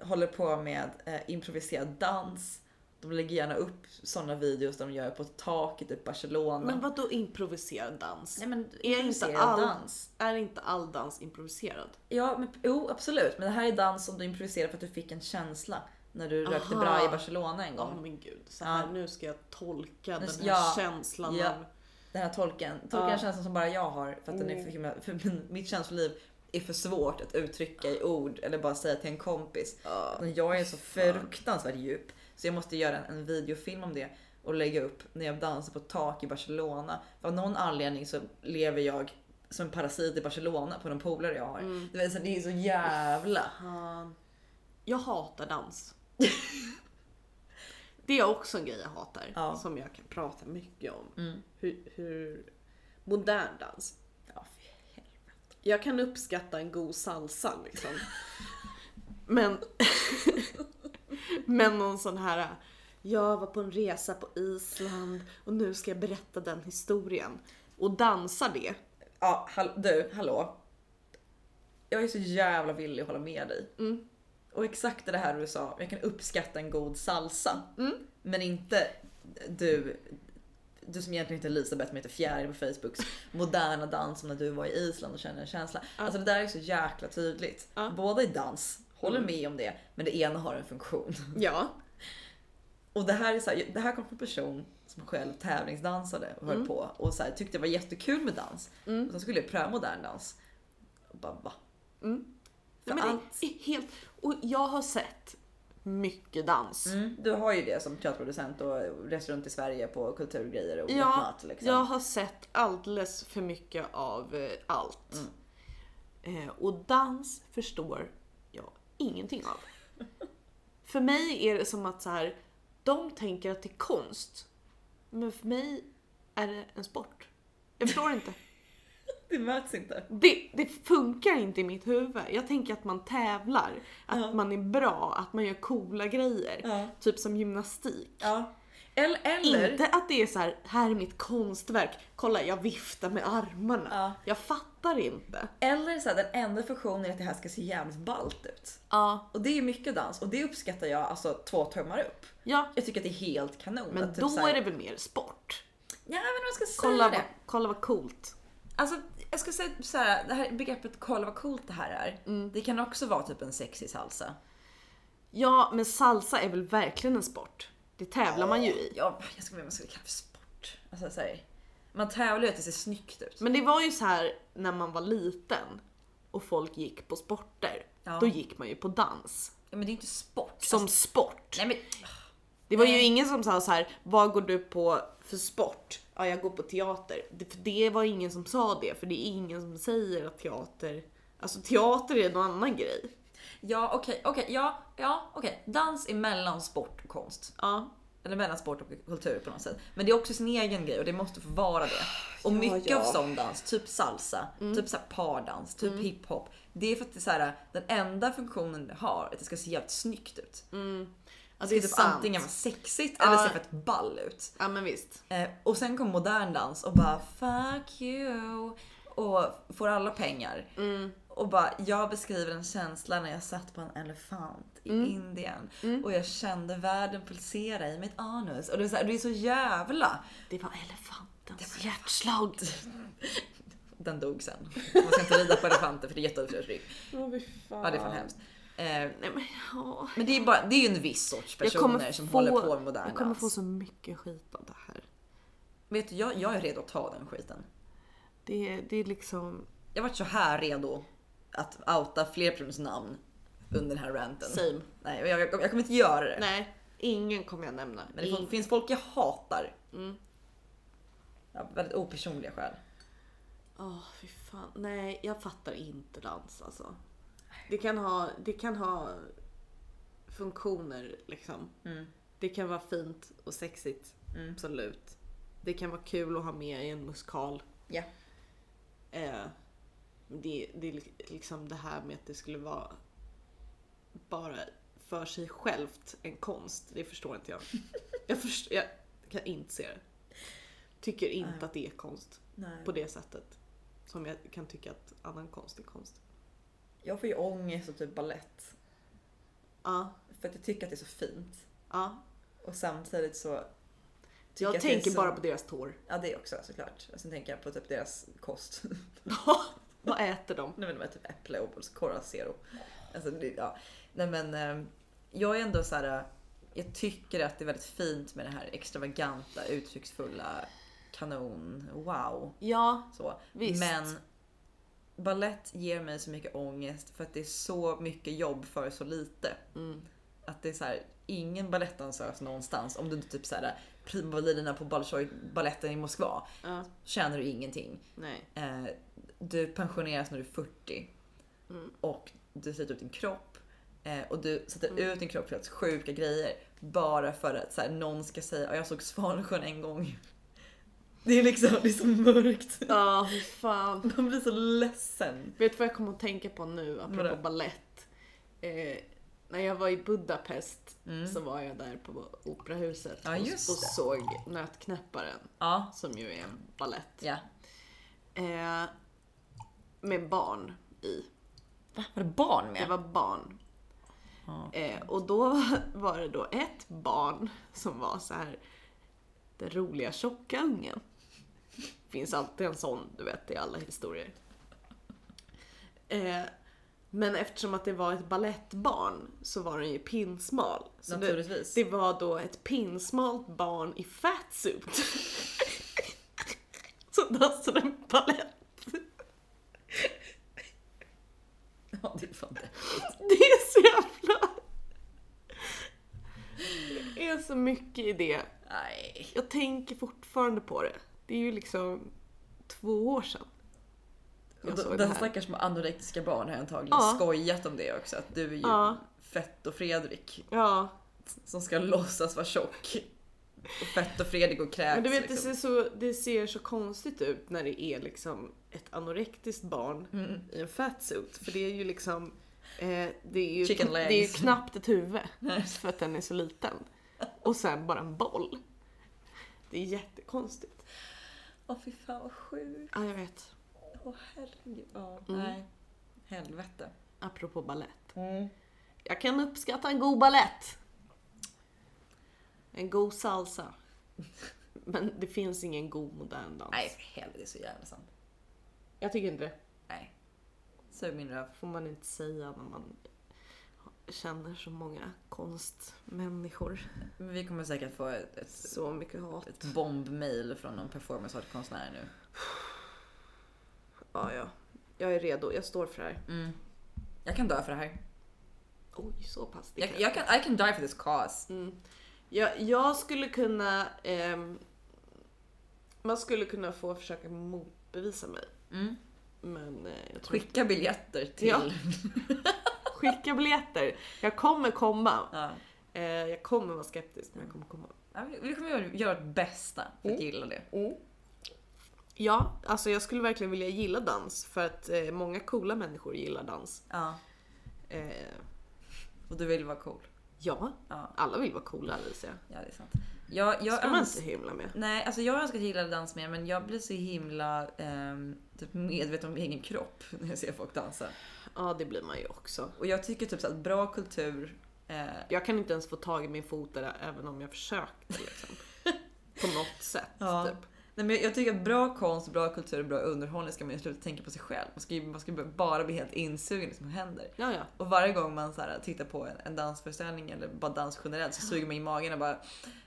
B: håller på med eh, improviserad dans. De lägger gärna upp såna videos där de gör på ett tak i typ Barcelona.
C: Men vadå improviserad dans?
B: Nej, men
C: inte
B: improviserad
C: all-
B: dans.
C: Är inte all dans improviserad?
B: Ja, men jo, absolut. Men det här är dans som du improviserar för att du fick en känsla när du rökte
C: Aha.
B: bra i Barcelona en
C: Ja
B: gång.
C: men gud, så här,
B: Ja.
C: nu ska jag tolka
B: Nu-
C: den här
B: ja.
C: känslan
B: Ja.
C: av...
B: Den här tolken. Tolken
C: Ja. Mm.
B: är känslan som bara jag har för att den är för himla, för min- mitt känsloliv är för svårt att uttrycka i ord eller bara säga till en kompis. Men jag är så fruktansvärt djup så jag måste göra en, en videofilm om det och lägga upp när jag dansar på ett tak i Barcelona. För av någon anledning så lever jag som en parasit i Barcelona på de polare jag har. Du vet, så det är så jävla...
C: Mm. Fan. Jag hatar dans. det är också en grej jag hatar
B: Ja. Mm.
C: som jag kan prata mycket om. Hur, hur... Modern dans.
B: Ja, fy helvete.
C: Jag kan uppskatta en god salsa liksom. men... men någon sån här... Jag var på en resa på Island och nu ska jag berätta den historien. Och dansa det.
B: Ja, hall- du, hallå. Jag är så jävla villig att hålla med dig.
C: Mm.
B: Och exakt det här du sa, jag kan uppskatta en god salsa.
C: Mm.
B: Men inte du, du som egentligen heter Elisabeth men heter Fjäril på Facebooks moderna dans som när du var i Island och kände en känsla. Alltså det där är så jäkla tydligt.
C: Ja. Mm.
B: Båda är dans, håller med om det, men det ena har en funktion.
C: Ja.
B: Och det här, är så här, det här kom från en person som själv tävlingsdansade och höll
C: Mm.
B: på och så här, tyckte det var jättekul med dans. Och sen skulle jag pröva modern dans. Och bara va?
C: Nej,
B: För
C: men det är helt... Och jag har sett mycket dans.
B: Mm, du har ju det som teaterproducent och reser runt i Sverige på kulturgrejer och
C: Ja,
B: whatnot. Liksom.
C: Jag har sett alldeles för mycket av eh, allt.
B: Mm.
C: Eh, och dans förstår jag ingenting av. för mig är det som att så här, de tänker att det är konst. Men för mig är det en sport. Jag förstår inte.
B: Det möts inte.
C: Det, det funkar inte i mitt huvud. Jag tänker att man tävlar, att
B: Ja.
C: man är bra, att man gör coola grejer.
B: Ja.
C: Typ som gymnastik.
B: ja. Eller, eller
C: Inte att det är så här, här är mitt konstverk, kolla jag viftar med armarna.
B: Ja.
C: Jag fattar inte.
B: Eller så här, den enda funktionen är att det här ska se jävligt ballt ut.
C: Ja,
B: Och det är mycket dans och det uppskattar jag alltså två tummar upp.
C: ja.
B: Jag tycker att det är helt kanon.
C: men
B: att typ
C: då
B: så här-
C: är det väl mer sport.
B: Ja men man ska säga
C: Kolla,
B: det.
C: vad, kolla vad coolt.
B: Alltså jag ska säga så här, det här begreppet kolla vad coolt det här är.
C: Mm.
B: Det kan också vara typ en sexig salsa.
C: Ja, men salsa är väl verkligen en sport? Det tävlar man ju i.
B: Ja, jag ska med man skulle kalla det för sport. Alltså så här, man tävlar ju att det ser snyggt ut.
C: Men det var ju så här när man var liten och folk gick på sporter.
B: Ja.
C: Då gick man ju på dans.
B: Ja, men det är ju inte sport.
C: Som
B: Alltså,
C: sport.
B: nej men
C: Det var ju
B: Nej.
C: ingen som sa så här, vad går du på för sport? Ja, jag går på teater. Det, för det var ingen som sa det, för det är ingen som säger att teater, alltså teater är någon annan grej.
B: ja okej, okej, ja, ja okej. Dans är mellan sport och konst.
C: Ja,
B: Eller mellan sport och kultur på något sätt. Men det är också sin egen grej och det måste få vara det. Och
C: Ja,
B: mycket
C: ja. Mm.
B: av sån dans, typ salsa, typ så här pardans, typ hiphop. Det är för att det är så här, den enda funktionen det har är att det ska se jävligt snyggt ut.
C: alltså,
B: Det
C: det
B: är
C: är
B: typ
C: sant.
B: antingen vara sexigt
C: Ja.
B: eller se fett ball ut.
C: Ja, men visst.
B: Eh, och sen kom modern dans och bara fuck you och får alla pengar.
C: Mm.
B: Och bara jag beskriver en känsla när jag satt på en elefant i
C: Mm.
B: Indien och jag kände världen pulsera i mitt anus. Och det är så, här, det är så jävla...
C: Det var elefantens hjärtslag.
B: Den dog sen. Man ska inte rida på elefanter för det är jätteotrevligt rygg.
C: Åh, fy
B: Ja det är fan hemskt. Eh,
C: Nej, men, ja.
B: men det är, bara, det är ju en viss sorts personer som håller på med modern
C: Jag kommer
B: dans.
C: få så mycket skit av det här.
B: Vet du, jag, jag är redo att ta den skiten.
C: Det, är- det är liksom...
B: Jag varit så här redo att outa fler personers namn under den här ranten.
C: Same.
B: Nej, jag, jag, jag kommer inte göra det.
C: Nej, ingen kommer jag nämna.
B: Men det
C: Ingen.
B: fin- finns folk jag hatar.
C: Mm.
B: Ja, väldigt opersonliga skäl.
C: Åh, fy fan. Nej, jag fattar inte dans alltså. Det kan ha, det kan ha funktioner liksom. Det kan vara fint och sexigt. Absolut. Det kan vara kul att ha med i en musikal.
B: Ja.
C: Eh, det, det är li- liksom det här med att det skulle vara bara för sig självt en konst. Det förstår inte jag. Jag, förstår, jag kan inte se det. Tycker inte att det är konst
B: Nej.
C: på det sättet. Som jag kan tycka att annan konst är konst.
B: Jag får ju ångest av typ ballett.
C: Ja,
B: För att jag tycker att det är så fint.
C: ja.
B: Och samtidigt så... tycker
C: Jag
B: att det är
C: tänker
B: så-
C: bara på deras tår.
B: Ja det också såklart. Och sen tänker jag på typ deras kost.
C: Vad äter de?
B: Nej men de är typ äpple och Cola Zero. Alltså, det, ja. Nej men eh, jag är ändå så här. eh, Jag tycker att det är väldigt fint med det här extravaganta, uttrycksfulla, kanon, wow.
C: Ja,
B: Så.
C: Visst.
B: Men ballett ger mig så mycket ångest för att det är så mycket jobb för så lite. Att det är så här, ingen balettdansös någonstans. Om du inte typ så här, primavalinerna på Bolshoi baletten i Moskva
C: Ja.
B: tjänar du ingenting.
C: nej.
B: Eh, du pensioneras när du är 40
C: Mm.
B: och du sliter ut din kropp eh, och du sätter
C: Mm.
B: ut din kropp för att sjuka grejer bara för att så här, någon ska säga att jag såg Svansjön en gång. Det är liksom det är så mörkt.
C: Ja, fy fan.
B: Man blir så ledsen.
C: Vet du vad jag kommer att tänka på nu apropå
B: Vadå?
C: balett? Eh, när jag var i Budapest så var jag där på operahuset
B: Mm. Ja,
C: och, och
B: just det.
C: såg Nötknäpparen
B: Ja,
C: som ju är en balett.
B: ja.
C: Eh, med barn i.
B: Va? Var det barn
C: Det
B: med?
C: var barn.
B: Ja.
C: Eh, och då var det då ett barn som var så här den roliga tjocka ungen. Finns alltid en sån, du vet, i alla historier. Eh, men eftersom att det var ett ballettbarn så var den ju pinsmal. Så det,
B: Naturligtvis.
C: det var då ett pinsmalt barn i fatsuit. som dansade balett.
B: Ja, det är fan det.
C: Det är så jävla... Det är så mycket i det.
B: Nej.
C: Jag tänker fortfarande på det. Det är ju liksom två år sedan.
B: Och
C: Jag
B: de-
C: såg det
B: Den
C: här.
B: stackars med anorektiska barn har antagligen
C: Ja.
B: skojat om det också. Att du är ju
C: Ja.
B: Fett och Fredrik
C: Ja,
B: som ska låtsas vara tjock. Och Fett och Fredrik och kräks.
C: Men du vet, det
B: liksom.
C: ser, så, det ser så konstigt ut när det är liksom ett anorektiskt barn
B: Mm.
C: i en fatsuit. För det är ju liksom... Eh, det, är ju,
B: Chicken
C: det
B: legs.
C: är ju knappt ett huvud för att den är så liten. Och sen bara en boll. Det är jättekonstigt.
B: Åh fy fan vad sjukt.
C: Ja, jag vet.
B: Åh herregud. Ja,
C: Mm.
B: nej. Helvete.
C: Apropå ballett. Jag kan uppskatta en god ballett. En god salsa. Men det finns ingen god modern dans.
B: Nej för helvete, det är så jävla sant.
C: Jag tycker inte det.
B: Nej. Sug min röv.
C: får man inte säga när man känner så många konstmänniskor.
B: Men vi kommer säkert få ett, ett,
C: Så mycket hat.
B: ett bombmail från någon performance konstnär nu.
C: Ja, ja. Jag är redo. Jag står för det här.
B: Mm. Jag kan dö för det här.
C: Oj, så pass. Det
B: Jag,
C: kan.
B: jag kan, I can die for this cause.
C: Mm. Jag, jag skulle kunna... ehm, man skulle kunna få försöka motbevisa mig.
B: Mm.
C: Men eh, jag tror
B: Skicka biljetter till...
C: Ja. Skicka biljetter. Jag kommer komma.
B: Ja.
C: Eh, jag kommer vara skeptisk, men jag kommer komma.
B: Ja, vi- vi kommer göra- göra vårt bästa för att
C: Mm.
B: gilla det.
C: Ja, alltså jag skulle verkligen vilja gilla dans för att eh, många coola människor gillar dans.
B: Ja.
C: Eh,
B: Och du vill vara cool.
C: ja,
B: Ja,
C: Alla vill vara coola Alicia.
B: ja det är sant. Jag, jag
C: Ska man
B: öns-
C: inte hymla med?
B: Nej, alltså jag önskar att jag gillade dans mer men jag blir så himla ehm, typ medveten om min egen kropp när jag ser folk dansa.
C: Ja det blir man ju också.
B: Och jag tycker typ så att bra kultur... Eh,
C: Jag kan inte ens få tag i min fot där även om jag försökte liksom. På något sätt
B: Ja.
C: typ.
B: nej men jag, jag tycker att bra konst, bra kultur och bra underhållning ska man ju sluta tänka på sig själv. Man ska, ju- man ska ju bara bli helt insugen i det som händer.
C: Ja ja.
B: Och varje gång man så här, tittar på en, en dansföreställning eller bara dans generellt så suger man i magen och bara...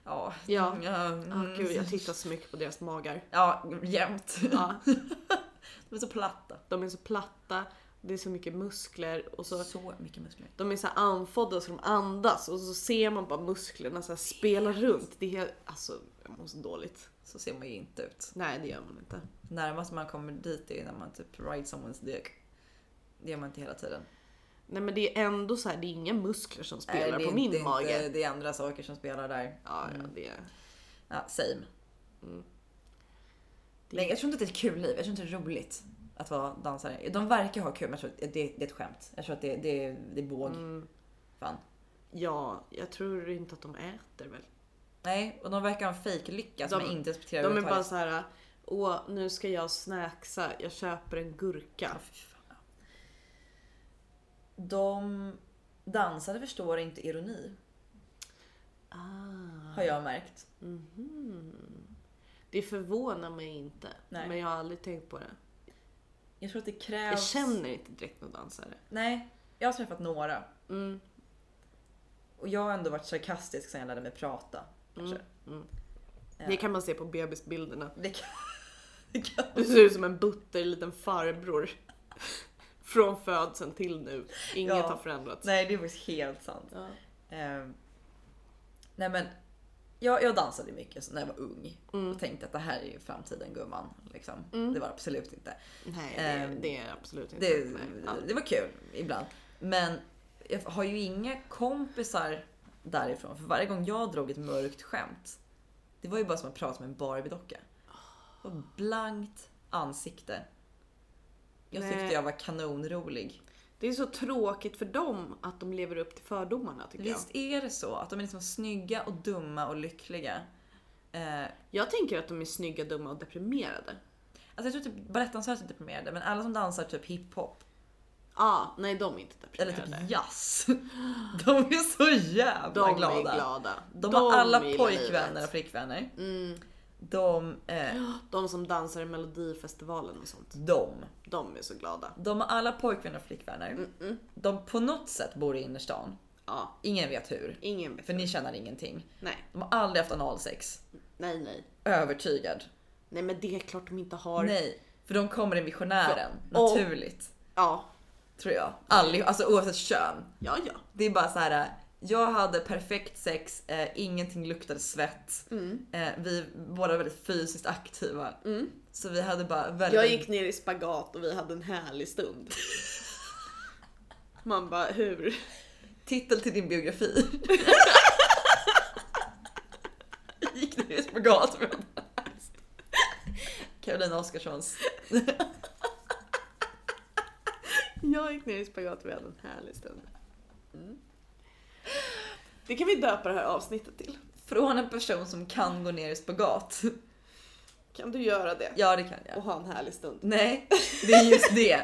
B: Ja.
C: Ja.
B: ja
C: Ah,
B: mm,
C: gud jag tittar så mycket på deras magar.
B: Ja, jämt.
C: Ja,
B: De är så platta.
C: de är så platta, det är så mycket muskler och så
B: så mycket muskler.
C: de är så här andfådda så de andas och så ser man bara musklerna så här spela runt. Det är helt, alltså jag mår så dåligt.
B: Så ser man ju inte ut.
C: Nej det gör man inte.
B: Närmast man kommer dit är när man typ ride someone's dick. Det gör man inte hela tiden.
C: Nej men det är ändå så här, det är inga muskler som spelar
B: det är
C: på min
B: inte,
C: mage.
B: Inte, Mm. det är andra saker som spelar där.
C: Ja, ja det är...
B: Ja, same.
C: Mm. Det-
B: Nej, jag tror inte att det är ett kul liv. Jag tror inte det är roligt att vara dansare. De verkar ha kul men jag tror att det, det är ett skämt. Jag tror att det, det, är- det är båg.
C: Mm.
B: Fan.
C: Ja, jag tror inte att de äter väl.
B: Nej, och de verkar ha en fejklycka som
C: De-
B: jag inte respekterar
C: De är bara
B: överhuvudtaget.
C: så här. åh nu ska jag snacksa, jag köper en
B: Ja,
C: gurka.
B: fy fan, ja. De dansare förstår inte ironi,
C: Ah.
B: har jag märkt.
C: Mhm. Det förvånar mig inte,
B: Nej.
C: men jag har aldrig tänkt på det.
B: Jag tror att det
C: Jag
B: krävs...
C: känner inte direkt någon dansare.
B: Nej, jag har träffat några.
C: Mm.
B: Och jag har ändå varit sarkastisk sen jag lärde mig prata. Kanske.
C: Mm. Mm.
B: Ja.
C: Det kan man se på bebisbilderna.
B: Det kan... Det kan...
C: Du ser ut som en butter liten farbror. Från födseln till nu. Inget
B: Ja.
C: har förändrats.
B: Nej, det är faktiskt helt sant.
C: Ja.
B: Ehm, Nej men, jag, jag dansade mycket när jag var ung
C: Mm.
B: och tänkte att det här är ju framtiden gumman. Liksom.
C: Mm.
B: Det var absolut inte.
C: Nej, det,
B: Ehm,
C: det är absolut inte.
B: Det,
C: Nej. typ. Ja.
B: det var kul ibland. Men jag har ju inga kompisar därifrån. För varje gång jag drog ett mörkt skämt. Det var ju bara som att prata med en Barbie-docka. Och blankt ansikte. Jag tyckte
C: Nej.
B: jag var kanonrolig.
C: Det är så tråkigt för dem att de lever upp till fördomarna tycker jag.
B: Visst är det så? Att de är liksom snygga och dumma och lyckliga. Eh,
C: Jag tänker att de är snygga, dumma och deprimerade.
B: alltså jag tror typ balettdansare är deprimerade, men alla som dansar typ hiphop
C: Ah, nej de är inte
B: eller
C: deprimerade.
B: typ jazz. De är så jävla
C: de
B: glada.
C: är glada.
B: De har alla
C: gillar
B: pojkvänner och
C: livet.
B: flickvänner.
C: Mm.
B: De, eh,
C: De som dansar i melodifestivalen och sånt.
B: de.
C: De är så glada.
B: De har alla pojkvänner och flickvänner.
C: Mm-mm.
B: De på något sätt bor i innerstan.
C: Ja,
B: Ingen vet hur.
C: ingen vet.
B: För ni tjänar ingenting.
C: Nej,
B: De har aldrig haft analsex.
C: nej, nej.
B: Övertygad.
C: Nej men det är klart de inte har.
B: Nej. För de kommer i missionären.
C: För- och-
B: Naturligt.
C: Ja,
B: Tror jag. Allihop. Alltså oavsett kön.
C: ja, ja.
B: Det är bara så här. eh, Jag hade perfekt sex, eh, ingenting luktade svett.
C: Mm.
B: Eh, vi båda var väldigt fysiskt aktiva.
C: Mm.
B: Så vi hade bara väldigt...
C: Jag gick ner i spagat och vi hade en härlig stund. Man bara hur?
B: Titel till din biografi. spagat. Karolina Oskarssons.
C: Jag gick ner i spagat och vi hade en härlig stund. Mm. Det kan vi döpa det här avsnittet till.
B: Från en person som kan gå ner i spagat.
C: Kan du göra det?
B: Ja, det kan jag.
C: Och ha en härlig stund.
B: Nej, det är just det.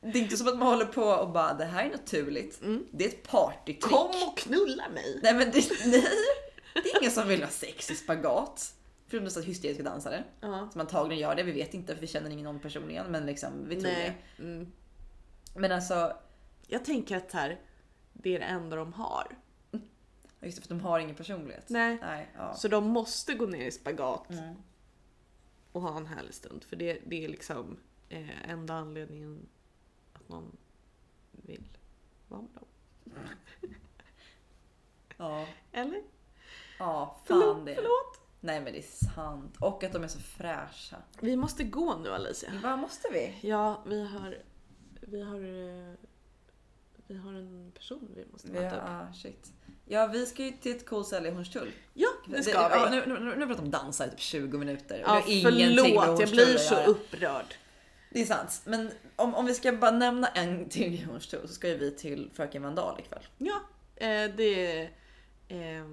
B: Det är inte som att man håller på och bara det här är naturligt. Det är ett partytrick.
C: och knulla mig!
B: Nej men det, nej. det är ingen som vill ha sex i spagat. Förutom dessa hysteriska dansare.
C: Ja.
B: Som antagligen gör det, vi vet inte för vi känner ingen någon personligen men liksom vi tror
C: Nej. Mm.
B: det. Men alltså,
C: Jag tänker att här, det är det enda de har.
B: just det för de har ingen personlighet.
C: Nej.
B: ja.
C: Så de måste gå ner i spagat
B: Mm.
C: och ha en härlig stund. För det, det är liksom eh, enda anledningen att någon vill vara med dem.
B: ja.
C: Eller?
B: Ja, fan
C: Förlåt,
B: det.
C: förlåt!
B: Nej men det är sant. Och att de är så fräscha.
C: Vi måste gå nu Alicia.
B: Vad måste vi?
C: Ja, vi har... Vi har... eh, Vi har en person vi måste
B: vi
C: möta upp.
B: ja, ah, shit. Ja vi ska ju till ett kolställe i Hornstull.
C: Ja, det ska vi.
B: Ja, nu, nu, nu, nu pratar de dansar i typ 20 minuter.
C: Ja,
B: det har ingenting med
C: förlåt, jag
B: Hornstull
C: blir
B: att
C: så
B: göra.
C: upprörd.
B: Det är sant. Men om, om vi ska bara nämna en till i Hornstull så ska ju vi till Fröken Vandal ikväll.
C: Ja, eh, det... Eh,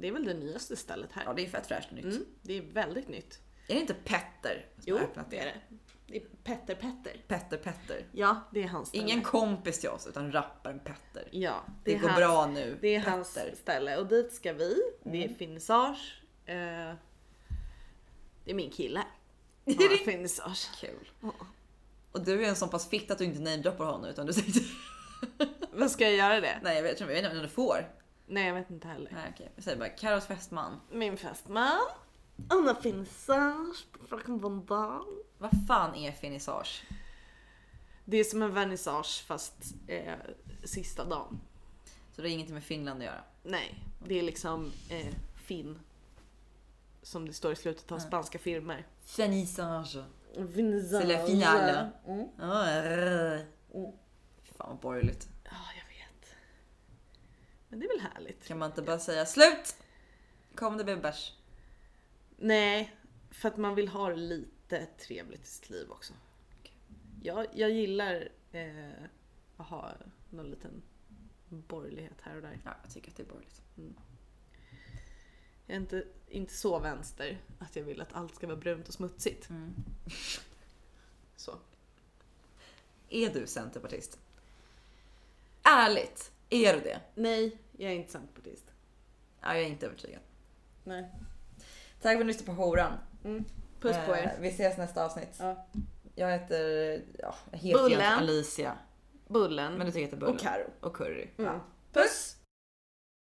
C: det är väl det nyaste stället här.
B: Ja, det är fett fräscht och nytt.
C: Mm, det är väldigt nytt.
B: Är det inte Petter som
C: Jo,
B: har öppnat
C: det är det. Det är Petter Petter.
B: Petter Petter.
C: Ja, det är hans ställe.
B: Ingen kompis till oss utan rapparen Petter.
C: Ja,
B: Det, går
C: hans,
B: bra nu.
C: Det är hans
B: Petter.
C: ställe och dit ska vi. Det är
B: Mm.
C: finissage. Eh, det är min kille.
B: Är
C: Har
B: det-
C: finissage.
B: Kul.
C: Ja.
B: Och du är en sån pass fitt att du inte namedroppar honom utan du säger
C: Vad ska jag göra det?
B: Nej jag vet jag vet inte om du får.
C: Nej, jag vet inte heller.
B: Nej okej. Vi säger bara Carros fästman.
C: Min fästman. Anna finissage på Fröken Vandal.
B: Vad fan är finissage?
C: Det är som en vernissage fast eh, sista dagen.
B: Så det har ingenting med Finland att göra.
C: Nej, det är liksom eh, Finn. Som det står i slutet av
B: Mm.
C: spanska filmer.
B: Finissage.
C: Finissage.
B: C'est la finale.
C: Mm.
B: Arr. Oh, Fan vad borgerligt.
C: Ja, jag vet. Men det är väl härligt?
B: Kan man inte bara säga slut? Kom det blev bärs.
C: Nej, för att man vill ha det lite trevligt i sitt liv också. Jag, jag gillar eh, att ha någon liten borgerlighet här och där.
B: Ja, jag tycker att det är borgerligt.
C: Jag är inte, inte så vänster att jag vill att allt ska vara brunt och smutsigt.
B: Mm.
C: Så.
B: Är du centerpartist? Ärligt, är du det?
C: Nej, jag är inte centerpartist.
B: Ja, jag är inte övertygad.
C: Nej.
B: Tack för att ni lyssnade på Horan.
C: Puss på
B: Eh,
C: er.
B: Vi ses nästa avsnitt.
C: Ja.
B: Jag heter... Ja, jag heter
C: Bullen.
B: egentligen Alicia.
C: Bullen
B: Men du tycker jag heter Bullen.
C: och Karo.
B: Och Curry.
C: Mm. Puss!